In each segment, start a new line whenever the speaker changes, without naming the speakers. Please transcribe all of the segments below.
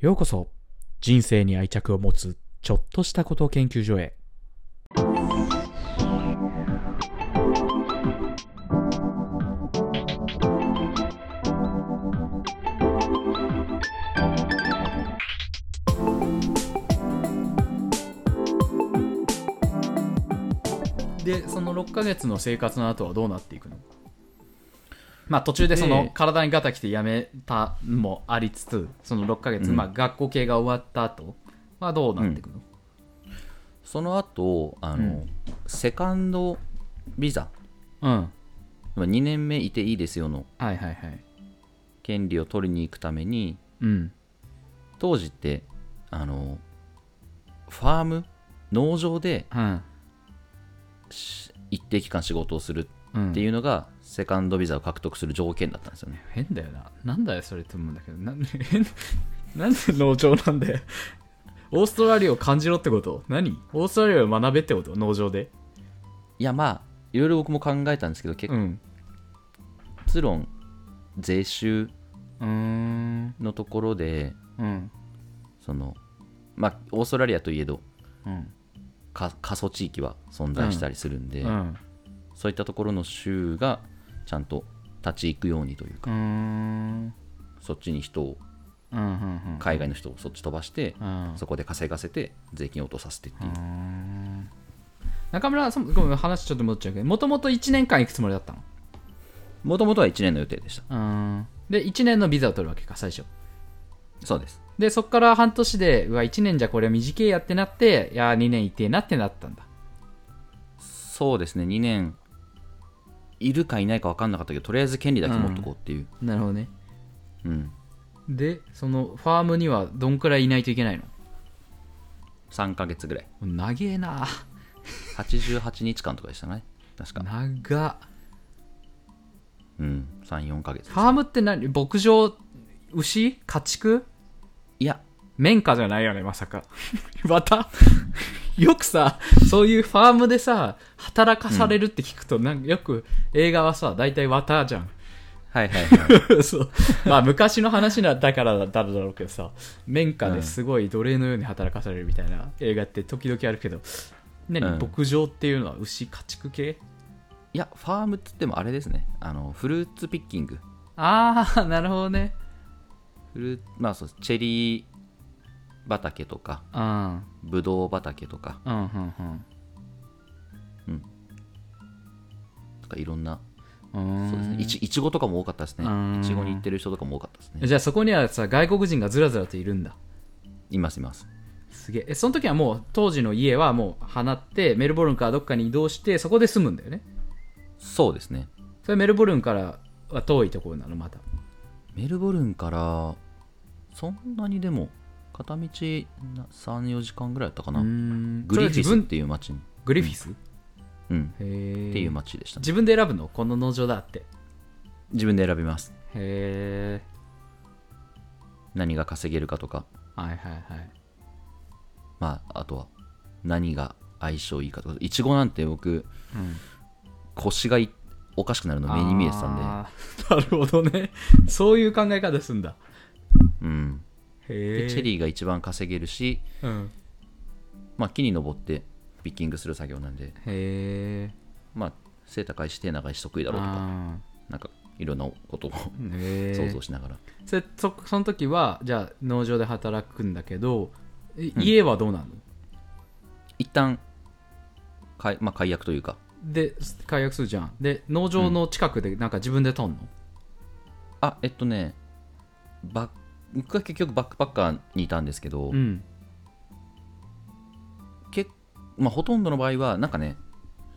ようこそ人生に愛着を持つちょっとしたこと研究所へでその6ヶ月の生活の後はどうなっていくのまあ途中でその
で
体にガタきてやめたのもありつつその6ヶ月、
うん
まあ学校系が終わった後はどうなっていくの、
その後あの、
うん
セカンドビザ
うん、はい
2年目いていいですよの
はいはい
権利を取りに行くために
うん
当時ってあのファーム農場で
うん
し一定期間仕事をする
うん
っていうのが、セカンドビザを獲得する条件だったんですよね
変だよな。なんだよ、それって思うんだけど。なんで、変 なんで農場なんだよ。オーストラリアを感じろってこと何オーストラリアを学べってこと農場で。
いやまあいろいろ僕も考えたんですけど結
うん。
結論税収
うーん。
のところで
うん。
そのまあオーストラリアといえど
うん。
過過疎地域は存在したりするんで、
うん。
そういったところの州がちゃんと立ち行くようにという
う
か、
ーん。
そっちに人を
うん。うん。
海外の人をそっち飛ばして、
うん。
そこで稼がせて税金を落とさせてっていう、
うん中村そもごめん話ちょっと戻っちゃうけどもともと1年間行くつもりだったの
もともとは1年の予定でした
うんで1年のビザを取るわけか最初
そうです
でそっから半年でうわ1年じゃこれは短いやってなっていや2年いてえなってなったんだ
そうですね2年いるかいないか分かんなかったけどとりあえず権利だけ持っとこうっていう、
なるほどね
うん
でそのファームにはどんくらいいないといけないの
3ヶ月ぐらい
長えな
88日間とかでしたね確か
長っ
うん34ヶ月です
ファームって何牧場牛家畜
いや
綿花じゃないよねまさか またよくさそういうファームでさ働かされるって聞くと、なんかよく映画はさ大体綿じゃん
はいはい は い
そうまあ昔の話なだからだだろうけどさ綿花ですごい奴隷のように働かされるみたいな映画って時々あるけど何、
うん
牧場っていうのは牛家畜系
いやファームっつってもあれですねあのフルーツピッキング
ああなるほどね
フルーまあそうですチェリー畑とか
うんうん
ブドウ畑とか
うん
とかいろんな
うん
そうですねいちいちごとかも多かったですね
うん
いちごに行ってる人とかも多かったですね
じゃあそこにはさ外国人がずらずらといるんだ
いますいます
すげええその時はもう当時の家はもう放ってメルボルンからどっかに移動してそこで住むんだよね
そうですね
それメルボルンからは遠いところなのまた
メルボルンからそんなにでも片道34時間ぐらいだったかな、
ん
グリフィ
そ
ス
れは自
っ
分
ていう町に、
グリフィス、
うん、
へえ
っていう町でしたね
自分で選ぶのこの農場だってへ
自分で選びます
え
何が稼げるかとか
はいはいはい
まああとは何が相性いいかとかいちごなんて僕
うん
腰がいおかしくなるの目に見えてたんで
あー なるほどねそういう考え方すんだ
うん、
へ
で
え
チェリーが一番稼げるし、
うん、
まあ、木に登ってピッキングする作業なんで、
へえ
まあ、背高いし手長いし得意だろうとか
あ
なんかいろんなことを
ーへえ
想像しながら
そそその時はじゃあ農場で働くんだけどえ家はどうなの、
一旦解,、まあ、解約というか
で解約するじゃんで農場の近くでなんか自分でとんの、
あえっとねバ僕は結局バックパッカーにいたんですけど、
うん
結まあ、ほとんどの場合はなんかね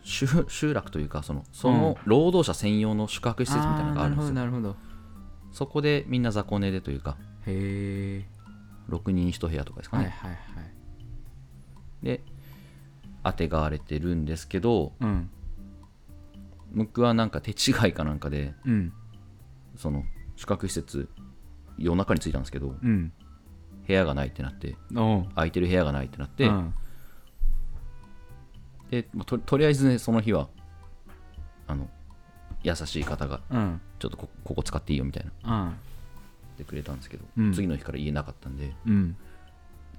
集集落というかそのその労働者専用の宿泊施設みたいなのがあるんですよ、
ーなるほどなるほど
そこでみんな雑魚寝でというか
へえ
6人1部屋とかですか
は
ね、
いはいはい
で当てがわれてるんですけど
うん
僕はなんか手違いかなんかで
うん
その宿泊施設夜中に着いたんですけど
うん
部屋がないってなって
おう
空いてる部屋がないってなって、
うん
でまあととりあえずねその日はあの優しい方が
うん
ちょっとこここ使っていいよみたいな
うん
てくれたんですけど、
うん
次の日から家なかったんで
うん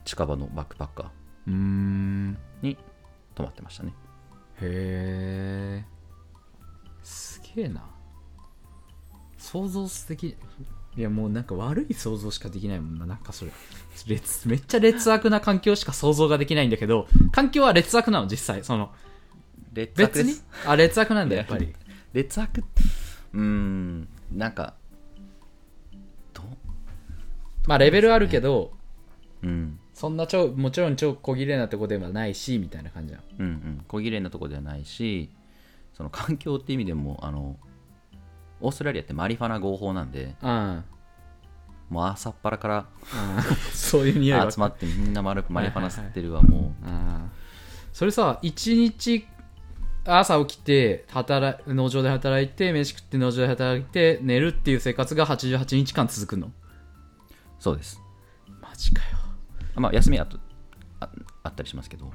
近場のバックパッカー
うーん
に泊まってましたね
へえすげえな想像できいやもうなんか悪い想像しかできないもんななんかそれ劣めっちゃ劣悪な環境しか想像ができないんだけど環境は劣悪なの実際その
劣悪
別
で
に
す
あ劣悪なんだやっぱり
劣悪ってうーんなんかど
まあレベルあるけど
う、うん、
そんな超もちろん超小切れなとこではないしみたいな感じなの
うんうん小切れなとこではないしその環境って意味でもあのオーストラリアってマリファナ合法なんで
うん
もう朝っぱらか
うんそういう匂い
ら
が
集まってみんなマルマリファナ吸ってるわもう
あーそれさ一日朝起きて働い農場で働いて飯食って農場で働いて寝るっていう生活が88日間続くの
そうです
マジかよ、
まあ休みあとああったりしますけど
うん、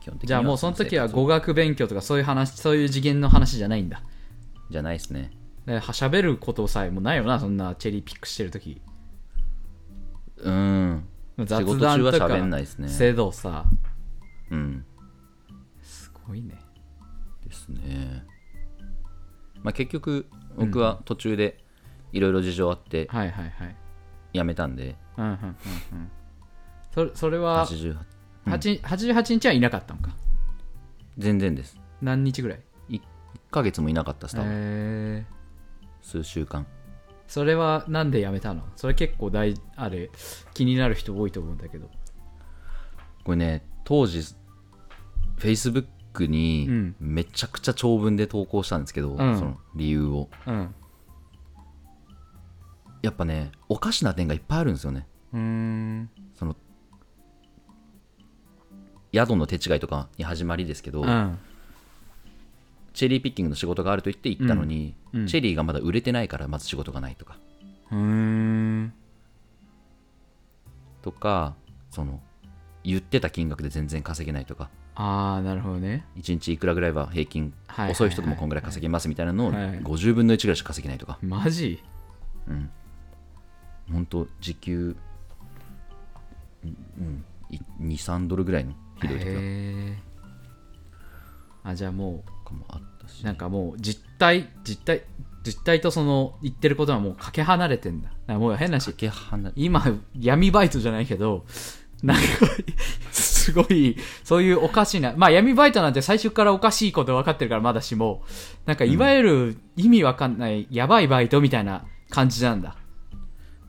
基本的に
じゃあもうその時は
ご
語学勉強とかそういう話そういう次元の話じゃないんだ
じゃないですね
ではしゃべることさえもないよなそんなチェリーピックしてる時
うん
雑
仕事
談
中は
と
喋んな
か
いですね
せどさ
うん
すごいね
ですね、まあ、結局僕は途中でいろいろ事情あって
はいはいはい
辞めたんで、
うんうんうんうんそれそれは
88
8 88日はいなかったのか
全然です
何日ぐらい
1ヶ月もいなかったです多分
へえ
数週間
それはなんでやめたのそれ結構大あれ気になる人多いと思うんだけど
これね当時 Facebook
う
に
ん
めちゃくちゃ長文で投稿したんですけど、
ん
その理由を
うん
やっぱねおかしな点がいっぱいあるんですよね
うーん
その宿の手違いとかに始まりですけど、
うん
チェリーピッキングの仕事があると言って行ったのに、
うんうん
チェリーがまだ売れてないからまず仕事がないとか
うーん
とかその言ってた金額で全然稼げないとか
ああなるほどね
1日いくらぐらいは平均、
はいはいはい
遅い人でもこんぐらい稼げますみたいなのを
はい
50分の1ぐらいしか稼げないとか、
マジ
うん本当時給、うん、23ドルぐらいのひどい時
へ
と
えあじゃあも
かもあったし
うなんかもう実態実態実態とその言ってることはもうかけ離れてんだだからもう変なし
かけ離れ
今闇バイトじゃないけどなんかすごいそういうおかしいなまあ闇バイトなんて最初からおかしいこと分かってるからまだしもなんかいわゆる意味わかんないやばいバイトみたいな感じなんだ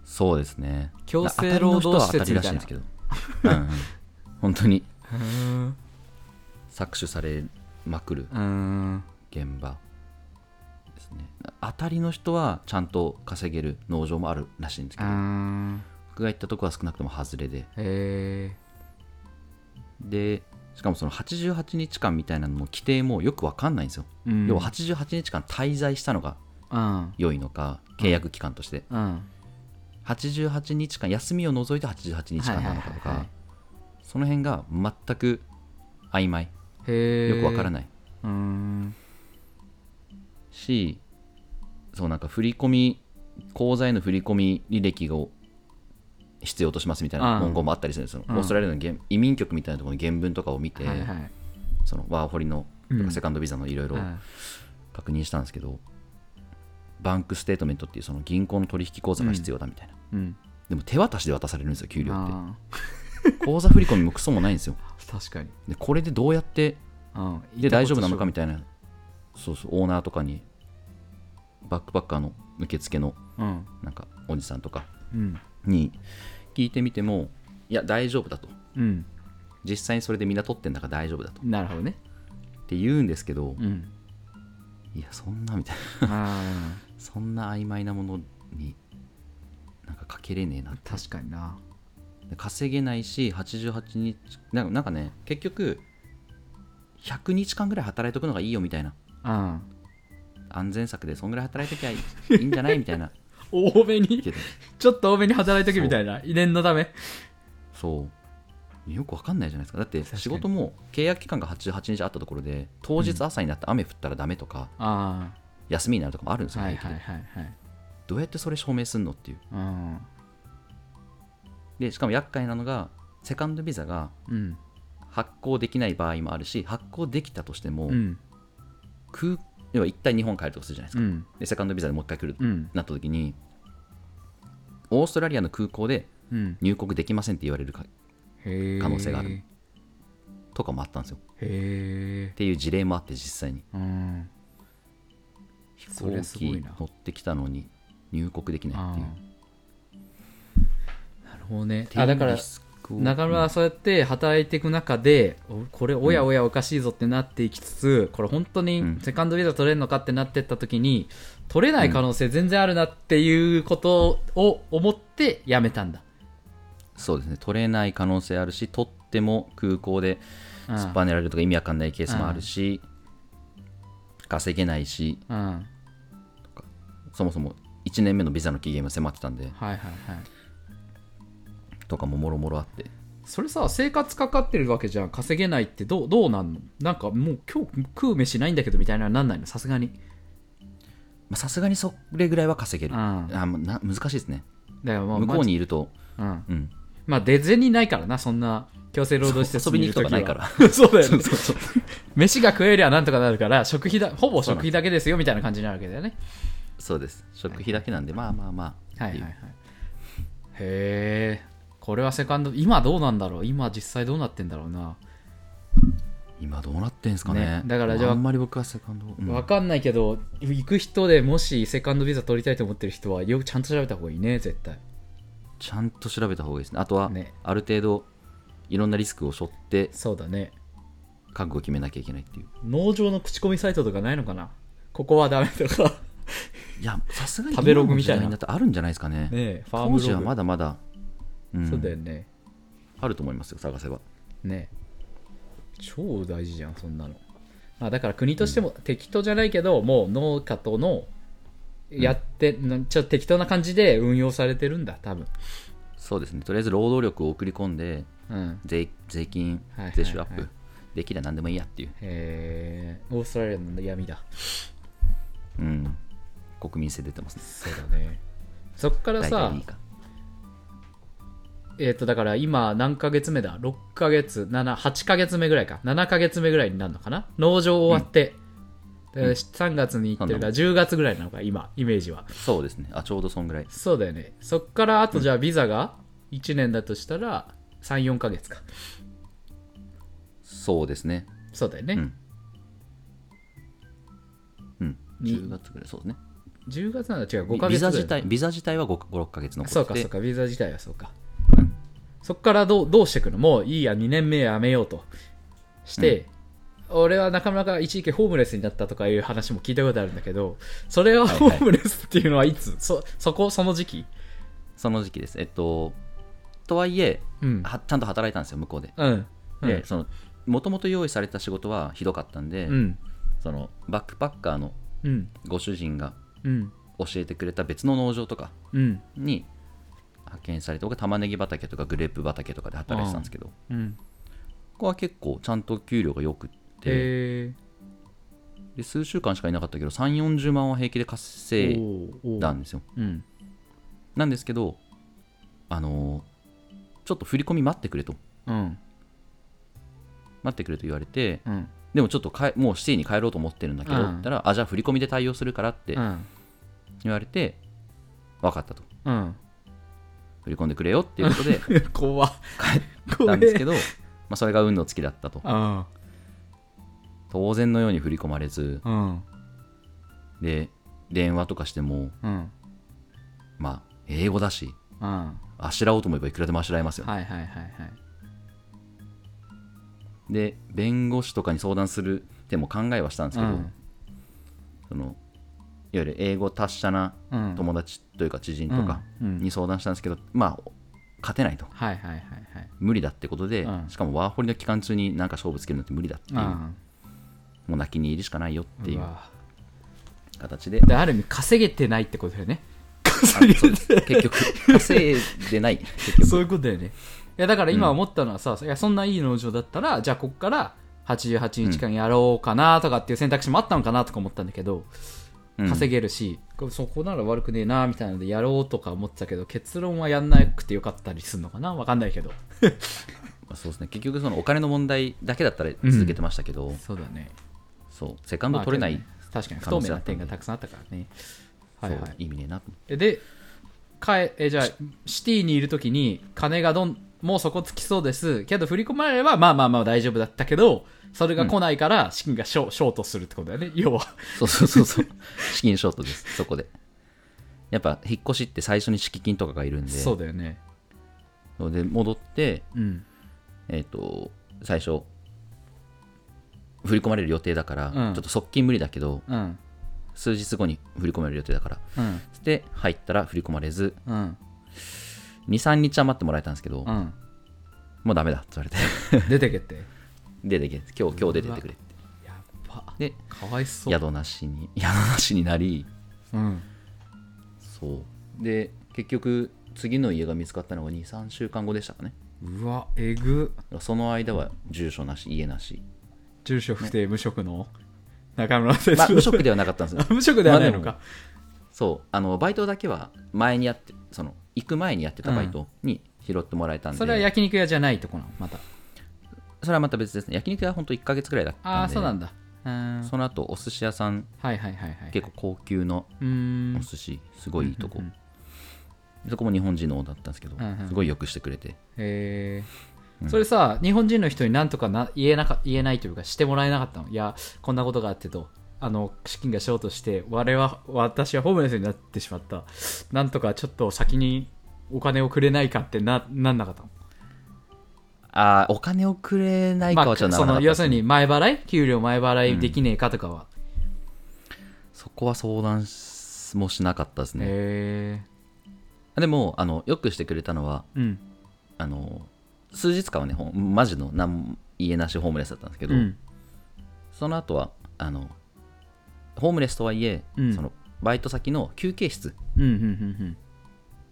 そうですね
強制労働施設みたいな
当たりの人は当たりらしいんですけどうんうん本当に
うん
搾取されまくる
うん
現場ですね当たりの人はちゃんと稼げる農場もあるらしいんですけど
うん
僕が行ったとこは少なくとも外れで
へ
でしかもその88日間みたいなのも規定もよくわかんないんですよ、
えうん
要は88日間滞在したのが
うん
良いのか契約期間として、
うん
88日間休みを除いて88日間なのかとか、
はいはいはいはい
その辺が全く曖昧
へえ
よくわから
ない
ない
うん
しそうなんか振り込み口座への振り込み履歴を必要としますみたいな
うん
文言もあったりするんですよ、
うん
オーストラリアの原移民局みたいなところの原文とかを見て、
はいはい
そのワーホリのとか
うん
セカンドビザのいろいろ
うん
確認したんですけど、バンクステートメントっていうその銀行の取引口座が必要だみたいな、
うん
でも手渡しで渡されるんですよ給料っ
あ
て口座振り込みもクソもないんですよ
ー確かに
でこれでどうやって
うん
で大丈夫なのかみたいなそうそうオーナーとかにバックパッカーの受付の
うん
なんかおじさんとか
うん
に聞いてみてもいや大丈夫だと
うん
実際にそれでみんな取ってんだから大丈夫だと
なるほどね
って言うんですけど、
うん
いやそんなみ たいな
あ
そんな曖昧なものになんかかけれねえな
ー確かにな
稼げないし88日なんかなんかね結局100日間ぐらい働いとくのがいいよみたいな
うん
安全策でそんぐらい働いときゃいいいいんじゃないみた いな
多めに
けど
ちょっと多めに働いとけみたいな遺伝のため
そうよくわかんないじゃないですかだって
かに
仕事も契約期間が88日あったところで当日朝になって雨降ったらダメとか、
あ
休みになるとかもあるんです
あ
よ、
は
ね
いはいはいはい
どうやってそれ証明すんのっていう
うん
でしかも厄介なのがセカンドビザが
うん
発行できない場合もあるし発行できたとしても、
うん
空要は一旦日本帰るとするじゃないです
う
か、
ん
でセカンドビザでもう一回来ると
うん
なった時にオーストラリアの空港で
うん
入国できませんって言われるか
へえ
可能性があるとかもあったんですよっ
へえ
ていう事例もあって実際に
うん
飛
それ
行
すごい
機
な
乗ってきたのに入国できないっていう
なるほどね
っていう
あだから
リスクを
中村はそうやって働いていく中で、おこれおやおやおかしいぞってなっていきつつこれ本当
う
に
ん
セカンドビザ取れるのかってなってった時に取れない可能性全然あるなっていうことを思って辞めたんだ、
そうですね取れない可能性あるし取っても空港で
うん
突っぱねられるとか意味わかんないケースもあるし、稼げないし
うんはい
そもそも1年目のビザの期限も迫ってたんで
はいはい
とかももろもろあって
それさ生活かかってるわけじゃん稼げないってどうどうなんのなんかもう今日食う飯ないんだけどみたいなのはなんないのさすがに
まあさすがにそれぐらいは稼げる、
うん
あまな難しいですね
だからまあ
向こうにいると、
まあうん
うん、
まあ出銭ないからなそんな強制労働施設
そう遊びに行くとかないから
ら そうだよ
そ
ね
うそうそう
飯が食えりゃなんとかなるから食費だほぼ食費だけですよみたいな感じになるわけだよね
そうです食費だけなんで、まあまあまあ
はいは
って
いうはいへえこれはセカンド今どうなんだろう今実際どうなってんだろうな、
今どうなってんすかね
ねだからじゃあ
あんまり僕はセカンド、うん
わかんないけど行く人でもしセカンドビザ取りたいと思ってる人はよくちゃんと調べた方がいいね絶対
ちゃんと調べた方がいいですねあとは、
ね
ある程度いろんなリスクを背負って
そうだね
覚悟を決めなきゃいけないっていう
農場の口コミサイトとかないのかなここはダメとか
いやさすがに
食べログみたいな
今の時代にってあるんじゃないですかね
ねえファーム
当
ロ
時
グ
はまだまだ、うん
そうだよね
あると思いますよ探せば
ね超大事じゃんそんなの、まあ、だから国としても適当じゃないけど、もう農家とのやって、なちょっと適当な感じで運用されてるんだ多分
そうですねとりあえず労働力を送り込んで
うん
税税金
はいはいはい
税収アップできれば何でもいいやっていう、
えー、オーストラリアの闇だ
うん、国民性出てますね
そうだね そっから
大
さ
体いいか
えっ、とだから今何ヶ月目だ6ヶ月78ヶ月目ぐらいか7ヶ月目ぐらいになるのかな農場終わって、
ん
で3月に行ってるから10月ぐらいなのか今イメージは
そうですねあちょうどそんぐらい
そうだよねそっからあとじゃあビザが1年だとしたら34ヶ月か
そうですね
そうだよね、
うんうん
に
10月ぐらいそうですね
10月なんだ違う5
ビ
ヶ月ぐ
ビ
ら
ザ
い
自体ビザ自体は56か月残って
そうか
て
そうかビザ自体はそうか、そっからどうどうしてくのもういいや2年目やめようとして、俺はなかなか一時期ホームレスになったとかいう話も聞いたことあるんだけどそれは
はい
ホームレスっていうのはいつ、そそこその時期
その時期ですえっととはいえ
うん
はちゃんと働いたんですよ向こうで
うんうん
でそのもともと用意された仕事はひどかったんで、
うん
そのバックパッカーの
うん
ご主人が
うん
教えてくれた別の農場とか
うん
に派遣されて僕は玉ねぎ畑とかグレープ畑とかで働いてたんですけどこ
うん
こは結構ちゃんと給料が良くって
へ
で数週間しかいなかったけど3 4 0万は平気で
え
稼い
お
だ
ー
んですよ
うん
なんですけどあのーちょっと振り込み待ってくれと
うん
待ってくれと言われて
うん
でもちょっとかえもうシティに帰ろうと思ってるんだけど、
うん
って言ったらあじゃあ振り込みで対応するからって
うん
言われて、分かったと
うん
振り込んでくれよっていうことで
怖っ
言ったんですけ
ど
ど、まあ、それが運の尽きだったと
うん
当然のように振り込まれず
うん
で電話とかしても
うん
まあ英語だし
うんは
あしらおうと思えばいくらでもあしらえます
い
よ、
はいはいはい
で弁護士とかに相談する手も考えはしたんですけど、
うん
そのいわゆる英語達者な
うん
友達というか知人とか
うんうん
に相談したんですけど、まあ勝てないと
はいはいはいはい
無理だってことで、
うん
しかもワーホリの期間中になんか勝負つけるのって無理だっていう、も
あ
う泣きに入りしかないよっていうう
わ
形で
である意味稼げてないってことだよね稼げてない
結局稼い でない結局
そういうことだよねいやだから今思ったのはさ、いやそんないい農場だったらじゃあこっから88日間やろうかなとかっていう選択肢もあったのかなとか思ったんだけど、
うん
稼げるし、これそこなら悪くねえなみたいなのでやろうとか思ってたけど結論はやんなくてよかったりするのかなわかんないけど
まあそうですね結局そのお金の問題だけだったら続けてましたけど、
そうだね
そうセカンド取れない、
まあ確かに不透明な点がたくさんあったからねはいは
そう
い
意味ねえなと思って
えでかええじゃあシティにいるときに金がどんもうそこつきそうですけど振り込まれればまあまあまあ大丈夫だったけどそれが来ないから資金がショ,、ショートするってことだよね要は
そうそうそうそう 資金ショートですそこでやっぱ引っ越しって最初に敷金とかがいるんで
そうだよね
で戻って
うん
えっ、と最初振り込まれる予定だから、
うん
ちょっと側金無理だけど
うん
数日後に振り込まれる予定だから
うん
つって入ったら振り込まれず
うん
23日は待ってもらえたんですけど、
うん
もうダメだって言われて
出てけって
出てけ今日今日出てってくれって
やっぱ
で
かわいそう
宿なしに宿なしになり
うん
そうで結局次の家が見つかったのが23週間後でしたかね
うわえぐ
だからその間は住所なし家な し、
住所不定無職の中村哲
まあ、無職
で
ではなかったんですよ
無職ではないの
まあ
か
そうあのバイトだけは前にやってその行く前にやってたバイトに拾ってもらえたんで、
それは焼肉屋じゃないとこなのまた
それはまた別ですね焼肉は本当1ヶ月ぐらいだったんで
ああそうなんだうん
その後お寿司屋さん
はいはいはいはい
結構高級の
うーん
お寿司すごいいいとこ、
うんうん
そこも日本人の方だったんですけど、
うんうん
すごいよくしてくれて
へえそれさ日本人の人になんとかな言えなか言えないというかしてもらえなかったのいやこんなことがあってとあの資金がショートして我は私はホームレスになってしまったなんとかちょっと先にお金をくれないかってななんなかったの
ああお金をくれないか
ま
は
あ、
ちょっとな
そ
ら
の
なかったで
要
す
するに前払い給料前払いできねえかとかは、
そこは相談しもしなかったですね、
へ
でもあのよくしてくれたのは
えうん
あの数日間はねほんマジのなん家なしホームレスだったんですけど、
うん
その後はあのホームレスとはいえ、
うん
そのバイト先の休憩室
うんうんうん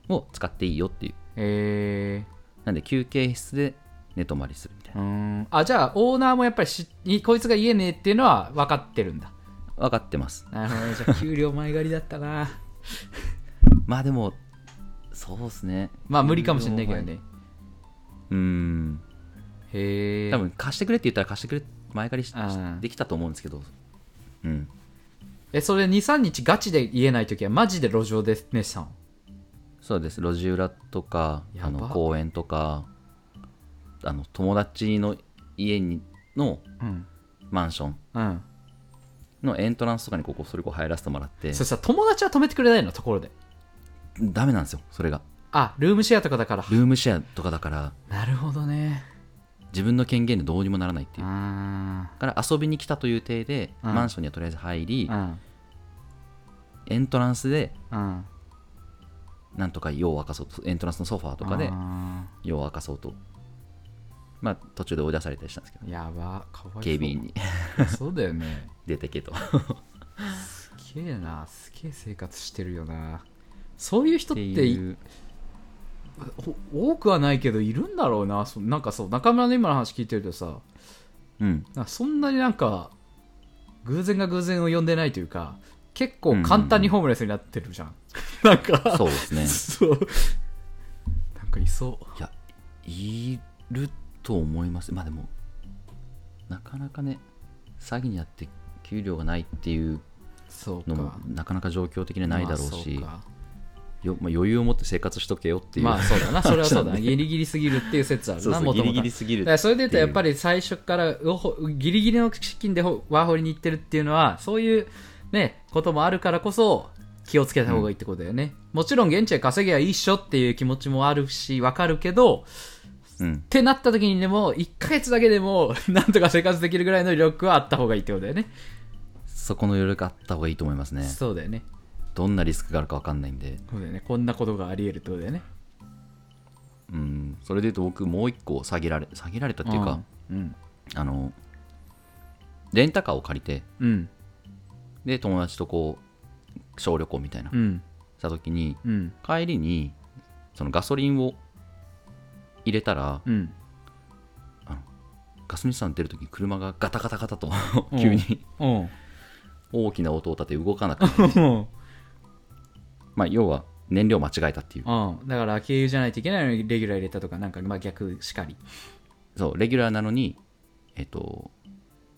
うん
を使っていいよっていう
へえ
なんで休憩室で寝泊まりするみたいうな
ーんあじゃあオーナーもやっぱりしいこいつが言えねえっていうのは分かってるんだ
分かってます
なるほど ねじゃあ給料前借りだったな
まあでもそうですね
まあ無理かもしれないけどね
うーん
へえ
多分貸してくれって言ったら貸してくれ前借りし
あー
できたと思うんですけどうん
えそれ23日ガチで言えない時はマジで路上でねしたの
そうです路地裏とか
やば
あの公園とかあの友達の家にの
うん
マンション
うん
のエントランスとかにここそれこう入らせてもらって
そしたら友達は止めてくれないのところで
ダメなんですよそれが
あルームシェアとかだから
ルームシェアとかだから
なるほどね
自分の権限でどうにもならないっていうだ
あ
から遊びに来たという体で
うん
マンションにはとりあえず入り
ーうん
エントランスで
うん
なんとか夜を明かそうとエントランスのソファーとかで
あ
夜を明かそうとまあ途中で追い出されたりしたんですけど
ーやばかわいそう
警備員に
そうだよね
出てけと
すげえなすげえ生活してるよなそういう人
っ
ってて
いう
お多くはないけどいるんだろうなそなんかそう中村の今の話聞いてるとさ
うん
なんかそんなになんか偶然が偶然を呼んでないというか結構簡単にホームレスになってるじゃん、 なんか
そうですね
そうなんかいそう
いや、いると思います。まあでも、なかなかね、詐欺にあって給料がないっていう
そうか
のも、なかなか状況的にはないだろうし、
まあ
よまあ、余裕を持って生活しとけよっ
そ
て
うか
いう。
まあそうだなそれはそうだな
話なん
ギリギリすぎるっていう説ある
そう
な
そう、
も
ギ
と
リ
も
ギ
と
リすぎる
だからそれで言うとやっぱ
り、
り最初からうほギリギリの資金でほワーホリに行ってるっていうのはそういう、ね、こともあるからこそ気をつけた方がいいってことだよね、もちろん現地で稼ぎゃいいっしょっていう気持ちもあるしわかるけど
うん
っ、てなった時にでも1ヶ月だけでも なんとか生活できるぐらいの余力はあった方がいいってことだよね
そこの余力あった方がいいと思いますね。
そうだよね
どんなリスクがあるか分かんないんで、
そうだよねこんなことがあり得るってことだよね
うん、それで言うと僕、もう一個下げられ、下げられたっていうか、
うん
あの、レンタカーを借りて、
うん
で、友達とこう、小旅行みたいな、
うん
した時に、
うん
帰りにそのガソリンを入れたら
うん
ガソリンスタンド出るときに車がガタガタガタと急に
うん
大きな音を立て動かなくなる
うん
まあ要は燃料間違えたっていう
うん、だから経由じゃないといけないのにレギュラー入れたとかなんかまあ逆しかり
そうレギュラーなのにえっと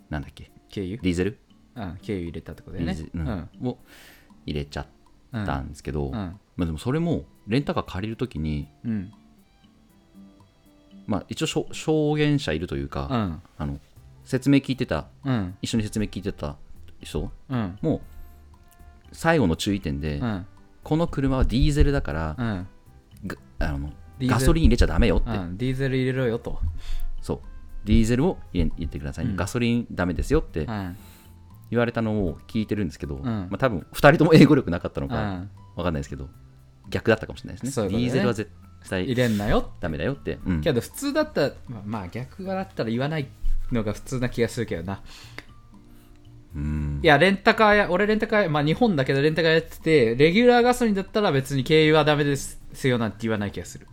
なんだっけ
経由、
ディーゼル
うん、経由入れたってこと
デ
だ
ィ
よ
ー
ね
ゼル、
う
うん
ん
を入れちゃっ
うん
たんですけど、
う
ま
ん
あ、でもそれもレンタカー借りるときに、
うん
まあ、一応証証言者いるというか、
うん
あの説明聞いてた
うん
一緒に説明聞いてた人
うん
もう最後の注意点で、
うん
この車はディーゼルだから、
うん
があの
ディーゼル
ガソリン入れちゃダメよって、
うんディーゼル入れろよと
そうディーゼルを入れ入れてください、ね
うん
ガソリンダメですよって
うん
言われたのを聞いてるんですけど、
ん
まあ、多分2人とも英語力なかったの
う
かわ
ん
かんないですけど逆だったかもしれないです
そう
ね
いうことね
ディーゼルは絶
入
対
れんなよ
ダメだよって、うん
けど普通だったらまあまあ逆だったら言わないのが普通な気がするけどな
うん
いや、レンタカーや、俺レンタカーや、まあ日本だけどレンタカーやってて、レギュラーガソリンだったら別に軽油はダメですよなんて言わない気がする。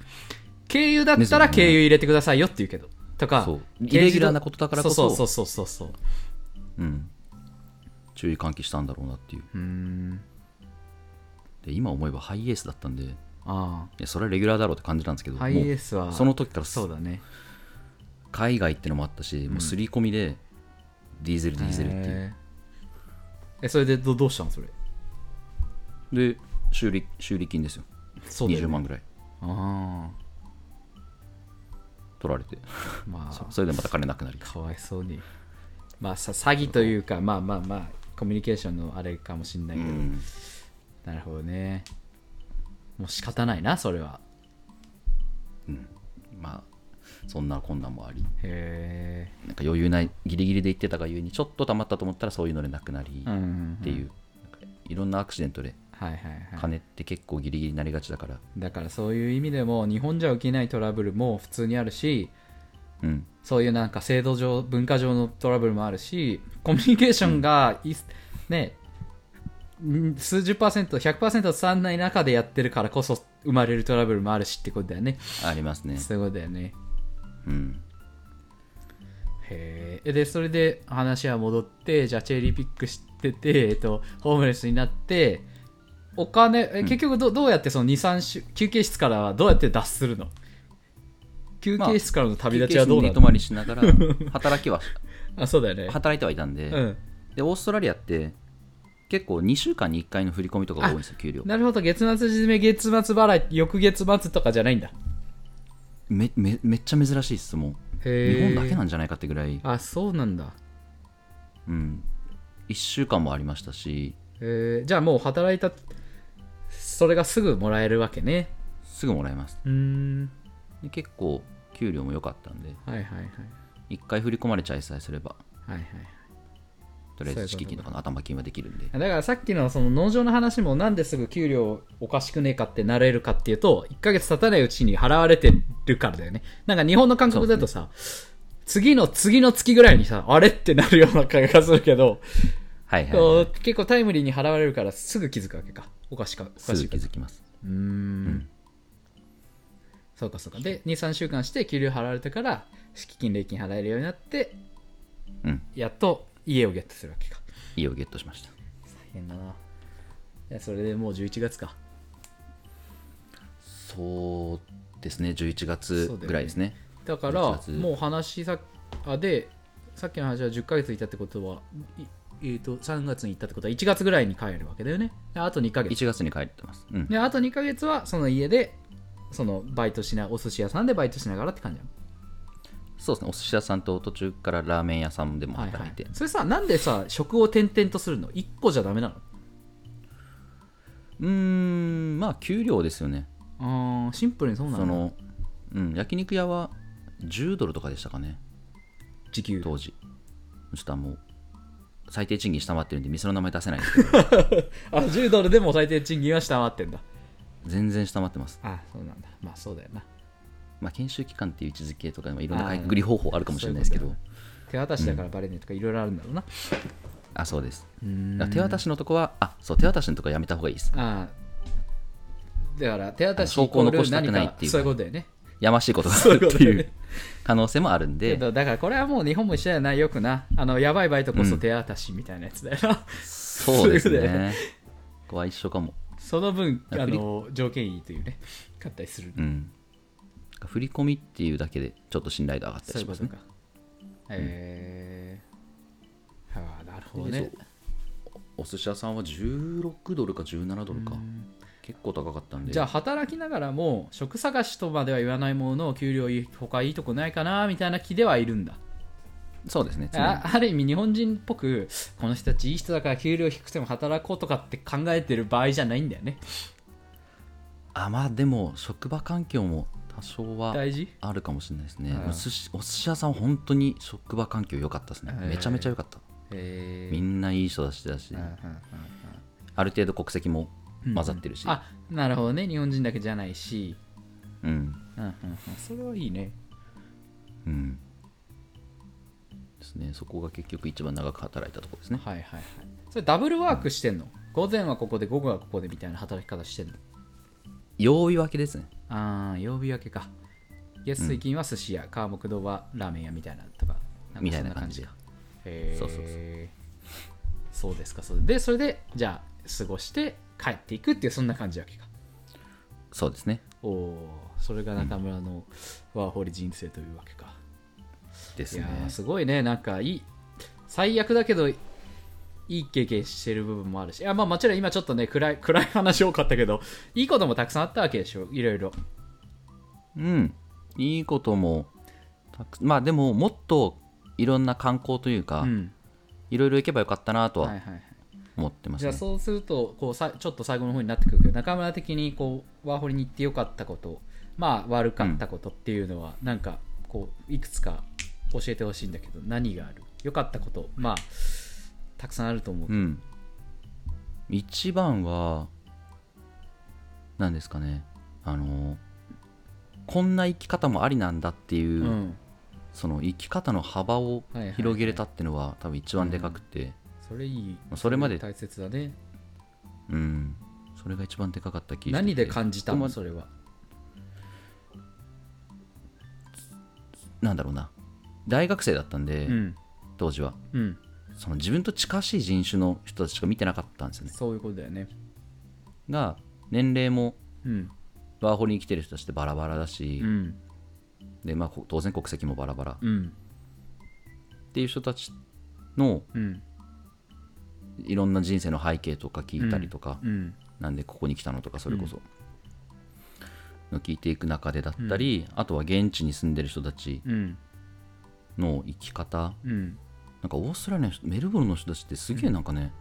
軽油だったら
ですよね
軽油入れてくださいよって言うけど。とか
そう、
軽
イレギュ
自動
ラーなことだからこそ
そうそうそうそうそう。
うん注意喚起したんだろうなっていう
うーん。
で今思えばハイエースだったんでい
あ
やそれはレギュラーだろうって感じなんですけど
あ。ハイエ
も
ースは、
うその時から
そうだね。
海外ってのもあったし、もう刷り込みでディーゼルディーゼルっていう
へーえ、それでどどうしたのそれ。
で修理修理金ですよ
そうだよ
20
ね、
万ぐらい
あ
取られて
あ。まあ、
それでまた金なくなり
かわいそうに。まあさ、詐欺というか、まあまあまあ、コミュニケーションのあれかもしれないうけど。
ん
なるほどね。もう仕方ないな、それは。
まあそんな困難もあり
へ
なんか余裕ないギリギリで行ってたがゆえにちょっと溜まったと思ったらそういうのでなくなり
え。うん。
っていう、なんかいろんなアクシデントで
はいはいはい。
金って結構ギリギリになりがちだから、
だからそういう意味でも、日本じゃ起きないトラブルも普通にあるし、
うん、
そういうなんか制度上、文化上のトラブルもあるし、コミュニケーションがい、ね、ん数十パーセント、100%伝わんない中でやってるからこそ生まれるトラブルもあるしってことだよね。
ありますね、
そういうことだよね。
うん、
へえでそれで話は戻ってじゃあチェリーピックしてて、えっと、ホームレスになってお金え結局ど,、うどうやってその23週休憩室からはどうやって脱するの休憩室からの旅立ちはどうなの
休憩室に寝、泊まりしな がら働きは
あ、そうだよね
働いてはいたんで、
うん
でオーストラリアって結構2週間に1回の振り込みとかが多いんですよ給料
なるほど月末締め月末払い翌月末とかじゃないんだ
めめめっちゃ珍しいですもう
へ
日本だけなんんじゃないかってぐらい、
あそうなんだ
うん、1週間もありましたし
へえじゃあもう働いたそれがすぐもらえるわけね
すぐもらえます
うーん
で結構給料も良かったんで
はいはいはい
1回振り込まれちゃいさえすれば
はいはい
とりあえ
そうい
ず
うこと
敷金とかの頭金はできるんで
だからさっきのその農場の話もなんですぐ給料おかしくねえかってなれるかっていうと1ヶ月経たないうちに払われてるからだよねなんか日本の感覚だとさ、次の次の月ぐらいにさあれってなるような感じがするけど、
はいはい、はい、
こう結構タイムリーに払われるからすぐ気づくわけかおかしかお
す
かし
ぐ
い
気
か
づきます
うーんそうかそうかで23週間して給料払われてから敷金礼金払えるようになって
うん
やっと家をゲットするわけか
家をゲットしました
大変だないやそれでもう11月か
そうですね11月ぐらいですね
だか
11
ら
月
もう話さあでさっきの話は10ヶ月いたってことはいえー、と3月に行ったってことは1月ぐらいに帰るわけだよねであと2ヶ月
1月に帰ってます、うん
であと2ヶ月はその家でそのバイトしなお寿司屋さんでバイトしながらって感じなの
そうですねお寿司屋さんと途中からラーメン屋さんでも
はいは
働い
い
て、
それさなんでさ職を転々とするの1個じゃダメなの
うーんまあ給料ですよね
あーシンプルにそうなの
その、うん、焼肉屋は10ドルとかでしたかね
時給
当時そしたらもう最低賃金下回ってるんで店の名前出せないん ですけど
あ10ドルでも最低賃金は下回ってんだ
全然下回ってます
あそうなんだまあそうだよな
まあ研修期間っていう位置づけとかでもいろんな
あー
買いくぐり方法あるかもしれないですけど
そういう手渡しだからバレねえとかいろいろあるんだろうな
あそうです
うーん
だから手渡しのとこはあそう手渡しのとこはやめた方がいいです
ああだから手渡し
あの証拠を残したくない
イコール何か
っていうか
そういうことだよね
やましいことがあるって
そういうことだよ
いう
ね
可能性もあるん
け
で
どだからこれはもう日本も一緒やなよくなあのやばいバイトこそ手渡しみたいなやつだよな、
そうです
すぐだ
ねここは一緒かも
その分
いや
あ
フリ
の条件いいというね買ったりする
うん振り込みっていうだけでちょっと信頼度上がった
そ
り
うい
し
うこ
ます
と
ね
かえー、はあなるほどね
お寿司屋さんは16ドルか17ドルか
うん
結構高かったんで
じゃあ働きながらも職探しとまでは言わないものの給料いい他いいとこないかなみたいな気ではいるんだ
そうですね常に
あある意味日本人っぽくこの人たちいい人だから給料低くても働こうとかって考えてる場合じゃないんだよね
あまあでも職場環境も多少は
大事
あるかもしれないですね、
うん
お寿司お寿司屋さんは本当に職場環境良かったですね、
へー
めちゃめちゃ良かった
え
みんないい人だしだし、ある程度国籍も混ざってるし、うん
あなるほどね日本人だけじゃないし、
うん
うんうんうん、それはいいね
ですねそこが結局一番長く働いたところですね
はいはいはいそれダブルワークしてんの、午前はここで午後はここでみたいな働き方してんの
曜日分けですね
ああ曜日明けか月水金は寿司屋、川木堂はラーメン屋みたいなとかなんかそん
みたいな感じ
かへえ
そうそうそう
そうですかそうでそれでじゃあ過ごして帰っていくっていうそんな感じわけか
そうですね
おおそれが中村のワーホリ人生というわけか、
です
いや
ね
ーすごいねなんかいい最悪だけどいい経験してる部分もあるしいやまあもちろん今ちょっとね暗い暗い話多かったけどいいこともたくさんあったわけでしょいろいろ
うんいいこともたくまあでももっといろんな観光というか、
うん
いろいろ行けばよかったなと
はいはい
は
はい
思ってます
じゃ
ね、
あそうするとこうさちょっと最後の方になってくるけど中村的にこうワーホリに行ってよかったことまあ悪かったことっていうのは、なんかこういくつか教えてほしいんだけど何がある良かったことまあたくさんあると思う、
うん一番は何ですかねあのこんな生き方もありなんだっていう、
うん
その生き方の幅を
はいはいはい
広げれたっていうのは多分一番でかくて、
それいい
まあそれまで
大切だね
うんそれが一番でかかった気がし
何
てて
で感じた
ここ
の
ま
それは
なんだろうな大学生だったんで、
うん
当時は
うん
その自分と近しい人種の人たちしか見てなかったんですよね
そういうことだよね
が年齢も
うん
ワーホリに来てる人たちってバラバラだし
う、ん
でまあ、こ当然国籍もバラバラ
うん
っていう人たちの
うん
いろんな人生の背景とか聞いたりとか、
うん
なんでここに来たのとかそれこそ、の聞いていく中でだったり、あとは現地に住んでる人たち
うん
の生き方
うん
なんかオーストラリアの人メルボルンの人たちってすげえなんかね、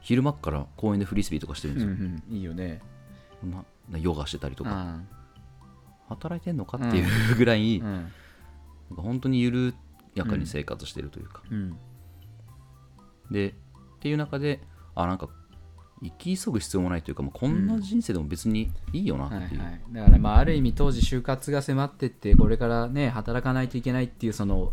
昼間っから公園でフリスビーとかしてるん
う
ですよ、
んいいよね
こんななヨガしてたりとか
あ
働いてんのかっていうぐらい、
ーうん
なんか本当に緩やかに生活してるというか、
うん
でっていう中であなんか生き急ぐ必要もないというかもうこんな人生でも別にいいよなって
はい
いう、
はい、だからまあある意味当時就活が迫ってってこれからね働かないといけないっていうその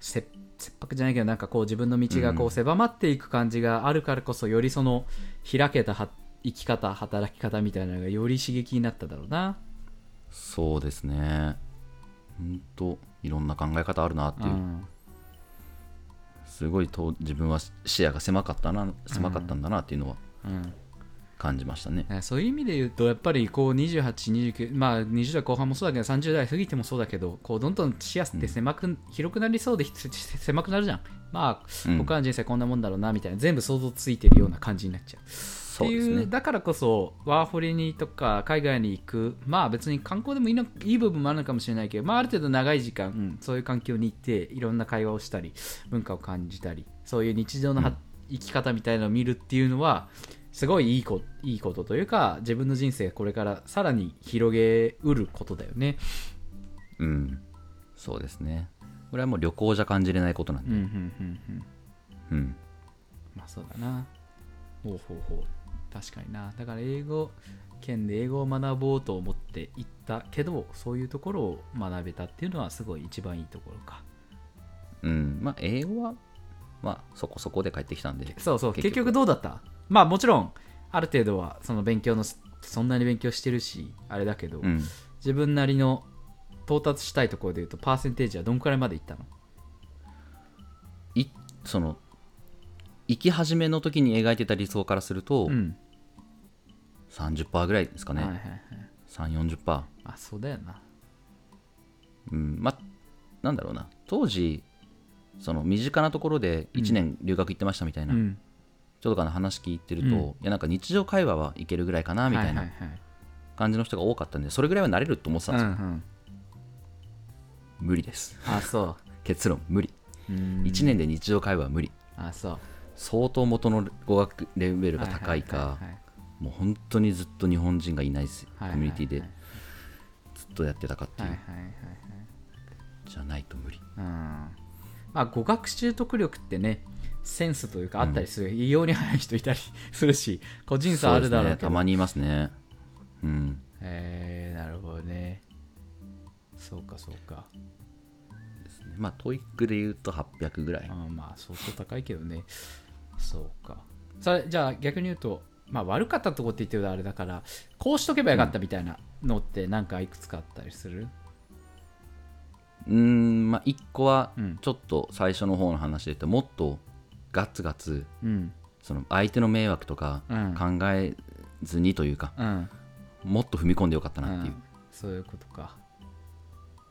せ切迫じゃないけどなんかこう自分の道がこ
う
う狭まっていく感じがあるからこそよりその開けたは生き方働き方みたいなのがより刺激になっただろうな、
そうですねほんといろんな考え方あるなっていう、
うん
すごいと自分は視野が狭かったな狭かったんだなっていうのは
うん、だ
感じましたね、
からそういう意味で言うとやっぱりこう2829まあ20代後半もそうだけど30代過ぎてもそうだけどこうどんどん視野って狭く、広くなりそうでひつ狭くなるじゃんまあ
うん
僕らの人生こんなもんだろうなみたいな全部想像ついてるような感じになっちゃう
そう
って
です
いう
ね
だからこそワーホリにとか海外に行くまあ別に観光でもいいのいい部分もあるのかもしれないけど、まあ、ある程度長い時間、うんそういう環境に行っていろんな会話をしたり文化を感じたりそういう日常のは、
うん
生き方みたいなのを見るっていうのはすごいいいこいいことというか自分の人生これからさらに広げうることだよね。
うんそうですねこれはもう旅行じゃ感じれないことなん
うん
で、
うんうんうん
うん、
まあそうだな。ほうほうほう。確かにな。だから英語圏で英語を学ぼうと思って行ったけど、そういうところを学べたっていうのはすごい一番いいところか。
うん、まあ英語はまあそこそこで帰ってきたんで
そうそう、結
結
局どうだったまあもちろん、ある程度はその勉強の、そんなに勉強してるし、あれだけど、
うん
自分なりの到達したいところでいうと、パーセンテージはどんくらいまでいったの
いその生き始めの時に描いてた理想からすると、
うん
30%ぐらいですかね、
はいはいはい
340%、
あそうだよな
うん、まあなんだろうな当時その身近なところで1年留学行ってましたみたいな、
うん
ちょっとかの話聞いてると、
うん
いやなんか日常会話はいけるぐらいかなみたい
は
ない
はいはい
感じの人が多かったんでそれぐらいはなれると思ってたん
う
です
ん
よ、
うん
無理です
あそ
結論無理
ううん
1年で日常会話は無理
あそう
相当元の語学レベルが高いか、
はははい
もう本当にずっと日本人がいないです、
はい
コミュニティで
はい
ずっとやってたかってい
は
う、
いはいはい
じゃないと無理
はいうんまあ語学習得力ってねセンスというかあったりする、異様に早い人いたりする し個人差あるだろ
そううですね
けど
たまにいますねうん
えー、なるほどねそうかそうか
まあトイックで言うと800ぐらい
あーまあ相当高いけどねそうかそれじゃあ逆に言うとまあ悪かったとこって言ってるとあれだからこうしとけばよかったみたいなのってなんかいくつかあったりする、
うーんまあ1個は
うん
ちょっと最初の方の話で言うともっとガツガツ
うん
その相手の迷惑とか
うん
考えずにというか、
うん
もっと踏み込んでよかったなっていう
う、ん、そういうことか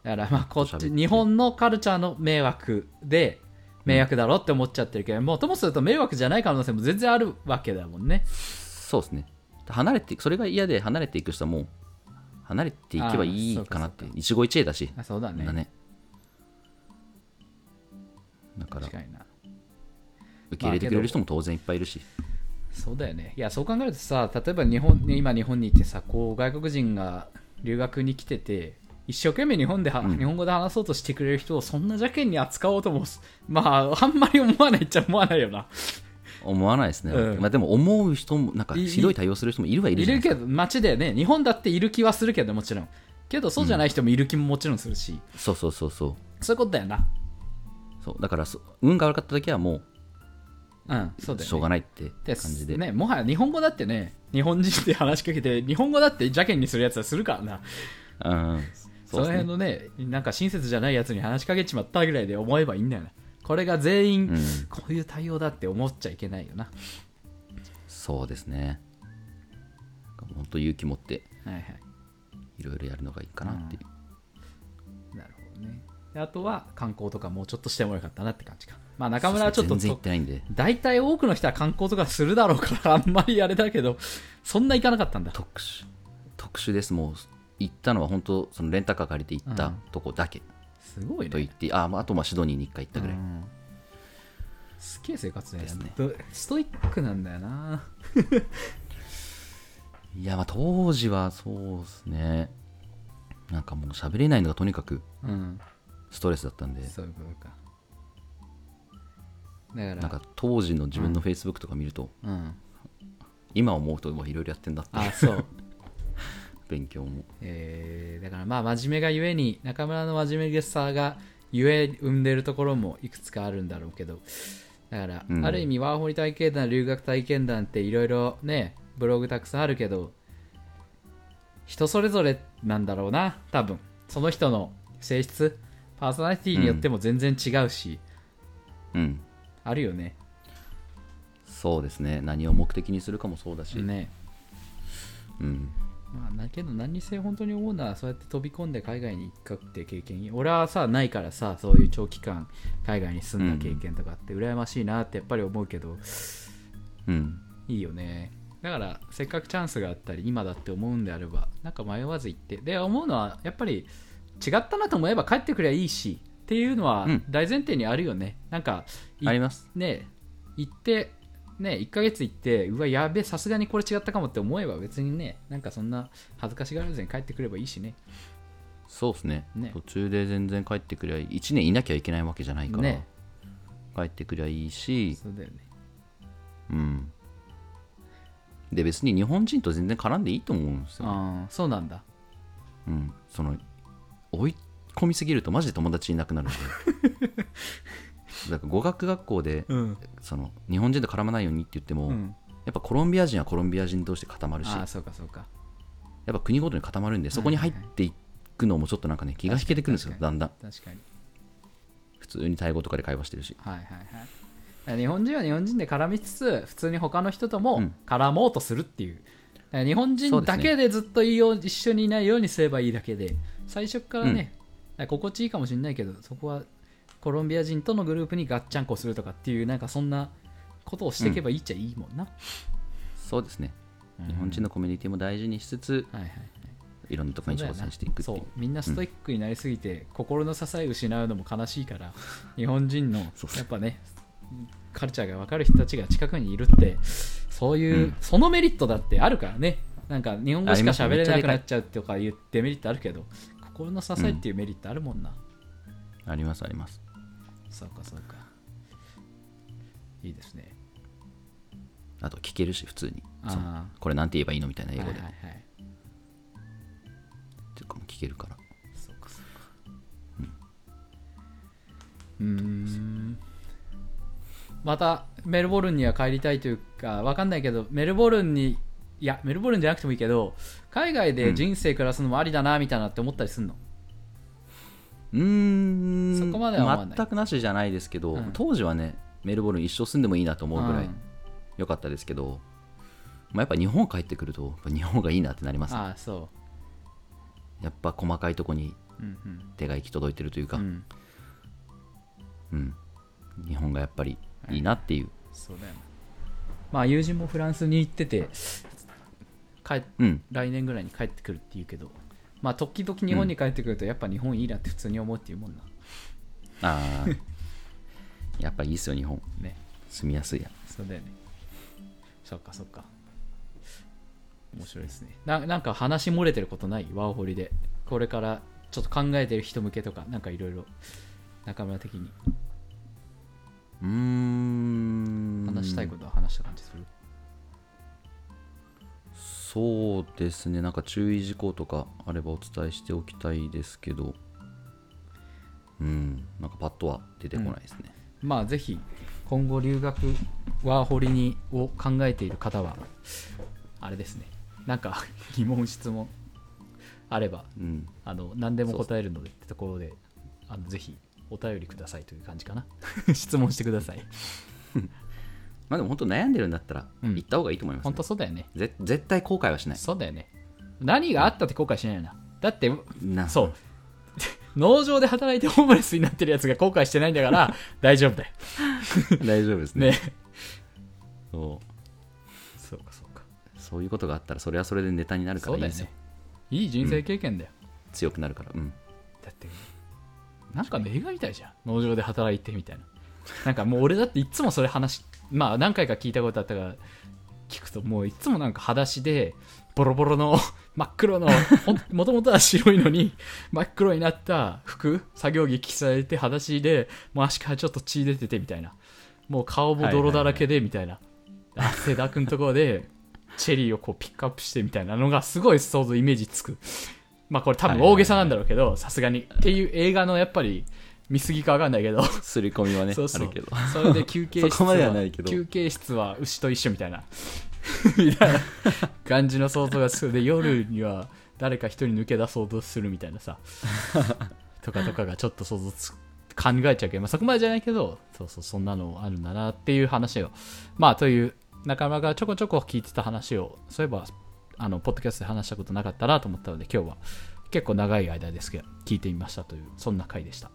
だからまあこ
ちょ
っ
っと喋
ち
って
日本のカルチャーの迷惑で迷惑だろって思っちゃってるけど、もうともすると迷惑じゃない可能性も全然あるわけだもんね
そうですね離れてそれが嫌で離れていく人はもう離れていけばいいかなって
あーそうかそう
一期一会だし
あそうだね
だねだから
確かにな
受け入れてくれる人も当然いっぱいいるし、
そうだよねいやそう考えるとさ例えば日本ね今日本にいてさこう外国人が留学に来てて一生懸命日本では、
うん
日本語で話そうとしてくれる人をそんな邪険に扱おうともまああんまり思わないっちゃ思わないよな
思わないですね、
うん
まあ、でも思う人もなんか
いい
ひどい対応する人もいるはいる
い
じゃな
る
いです
け
か
ど街でね日本だっている気はするけどもちろんけどそうじゃない人もいる気ももちろんするし、
そうそうそうそう
そういうことだよな
そうだからそ運が悪かった時はも
うんそう
う
だよ、ね、
しょうがないって
で
感じで
ね、もはや日本語だってね日本人って話しかけて日本語だって邪険にするやつはするからな
うん
そ,、
そう
の辺
ですね
のねなんか親切じゃないやつに話しかけちまったぐらいで思えばいいんだよなこれが全員、
うん
こういう対応だって思っちゃいけないよな
そうですね本当勇気持って
はいはい
いろいろやるのがいいかなっていう、
なるほどねであとは観光とかもうちょっとしてもよかったなって感じかまあ中村はちょっと
そうですね全然行
と
ってないんで
大体多くの人は観光とかするだろうからあんまりあれだけどそんな行かなかったんだ
特殊特殊ですもう行ったのは本当そのレンタカー借りて行っ
う
た
ん
とこだけ
すごい
と言っ
ね
て、あまああとまあシドニーに1回行ったぐらい、
うんすっげえ生活だよ
ですね
どストイックなんだよない
やまあ当時はそうですねなんかもう喋れないのがとにかく
うん
ストレスだったんで
そういうことかだから
なんか当時の自分の Facebook とか見ると、
うん
今思うといろいろやってんだっていう
あそう
勉強も
えーだからまあ真面目がゆえに中村の真面目さがゆえ生んでるところもいくつかあるんだろうけどだから、
うん
ある意味ワーホリ体験談留学体験談っていろいろねブログたくさんあるけど人それぞれなんだろうな多分その人の性質パーソナリティによっても全然違うし、
うん
あるよね
そうですね何を目的にするかもそうだし、
ね
うん
まあ、だけど何にせよ本当に思うのはそうやって飛び込んで海外に行くかって経験俺はさないからさそういう長期間海外に住んだ経験とかって羨ましいなってやっぱり思うけど、
うん
いいよねだからせっかくチャンスがあったり今だって思うんであればなんか迷わず行ってで思うのはやっぱり違ったなと思えば帰ってくりゃいいしっていうのは
うん
大前提にあるよね、なんかい
あります
ね行ってね1ヶ月行ってうわやべえさすがにこれ違ったかもって思えば別にねなんかそんな恥ずかしがらずに帰ってくればいいしね
そうですね
ね
途中で全然帰ってくりゃいい1年いなきゃいけないわけじゃないから、
ね
帰ってくりゃいいし
そうだよね
うんで別に日本人と全然絡んでいいと思うんですよ、
ああそうなんだ
うん、その追い込みすぎるとマジで友達いなくなるんで だから語学学校で
うん、
その日本人と絡まないようにって言っても、
うん、
やっぱコロンビア人はコロンビア人同士で固まるし
あ
や
あ
っ
そうかそうか
ぱ国ごとに固まるんでそこに入っていくのもちょっとなんかね気が引けてくるんですよ
確
だんだん
確かに
普通にタイ語とかで会話してるし
はいはいはい日本人は日本人で絡みつつ普通に他の人と
う
も
ん
絡もうとするっていう、だから日本
そ
人
うです
だ
ね
けでずっといいよう一緒にいないようにすればいいだけで最初からね、だから心地いいかもしれないけどそこはコロンビア人とのグループにガッチャンコするとかっていうなんかそんなことをしていけばいいっちゃいいもんな、
そうですね日本人のコミュニティも大事にしつつ
はいはいはい
いろんなところに挑戦していくって
そ
いうう
みんなストイックになりすぎて、心の支え失うのも悲しい から日本人のや
そうそう
っぱねカルチャーが分かる人たちが近くにいるってそういう、
うん
そのメリットだってあるからねなんか日本語しか喋れなくなっちゃうとかいうデメリットあるけど心の支えっていうメリットあるもんな、
ありますあります
そうかそうかいいですね
あと聞けるし普通に
あー
そのこれなんて言えばいいのみたいな英
はい
語
は
で、
い
っ
はい
ていうかも聞けるから
そうかそうかうんんまたメルボルンには帰りたいというかわかんないけどメルボルンにいやメルボルンじゃなくてもいいけど海外で人生暮らすのもありだなみたいなって思ったりするの、
うーん
そこまでは思わない
全くなしじゃないですけど、
うん
当時はねメルボルン一生住んでもいいなと思うぐらい
うん
良かったですけど、まあ、やっぱ日本帰ってくるとやっぱ日本がいいなってなりますね
ああそ
やっぱ細かいとこに
ううんうん
手が行き届いてるというか、
う
うん
ん
日本がやっぱりいいなっていう、
そうだよなまあ友人もフランスに行ってて帰っ
うん
来年ぐらいに帰ってくるって言うけどまあ時々日本に帰ってくるとやっぱ日本いいなって普通に思うっていうもんな、
あ ーやっぱいいっすよ日本
ね
住みやすいや
そうだよね。そっかそっか。面白いですね。ななんか話漏れてることないワーホリで。これからちょっと考えてる人向けとか、なんかいろいろ中村的に
うーん
話したいことは話した感じする。
そうですねなんか注意事項とかあればお伝えしておきたいですけどうんなんかパッとは出てこないですね、
まあぜひ今後留学ワーホリにを考えている方は、あれですね。なんか 疑問質問あれば、
うん
あの何でも答えるのでってところで、あのぜひお便りくださいという感じかな。 質問してください。
まあでも本当悩んでるんだったら
うん
行った方がいいと思います、ね
本当そうだよね。
ぜ絶対後悔はしない
そうだよね。何があったって後悔しないよな。だって、
な
そう。 農場で働いてホームレスになってるやつが後悔してないんだから、大丈夫だよ。
大丈夫ですね
ね。
そう
そうか、そうか。
そういうことがあったらそれはそれでネタになるか
そ
ら
う
い
だ
いで
よ
すよ
ね。いい人生経験だよ。
強くなるからうん
だって、なんか映画みたいじゃん。農場で働いてみたいな。なんかもう俺だっていつもそれ話、まあ何回か聞いたことあったから、聞くともういつもなんか裸足で、ボロボロの 真っ黒の、ほんもともとは白いのに真っ黒になった服、作業着着されて裸足で、もう足からちょっと血出ててみたいな。もう顔も泥だらけでみたいな。汗だくんところで、チェリーをこうピックアップしてみたいなのがすごい想像イメージつく。まあこれ多分大げさなんだろうけど、さすがに。っていう映画のやっぱり見過ぎかわかんないけど、
刷り込みはね
そうそう
あるけど
それで休憩室
そこまではないけど
休憩室は牛と一緒みたいな みたいな感じの想像がするで夜には誰か一人抜け出そうとするみたいな さとかとかがちょっと想像つ考えちゃうけど、まあ、そこまでじゃないけどそうそうそんなのあるんだなっていう話をまあという中村がちょこちょこ聞いてた話をそういえばあのポッドキャストで話したことなかったなと思ったので今日は結構長い間ですけど聞いてみましたというそんな回でした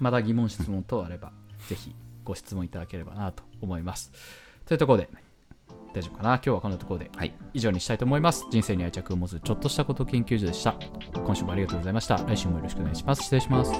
また疑問質問等あればぜひご質問いただければなと思いますというところで大丈夫かな今日はこのところで
はい
以上にしたいと思います人生に愛着を持つちょっとしたこと研究所でした今週もありがとうございました来週もよろしくお願いします失礼します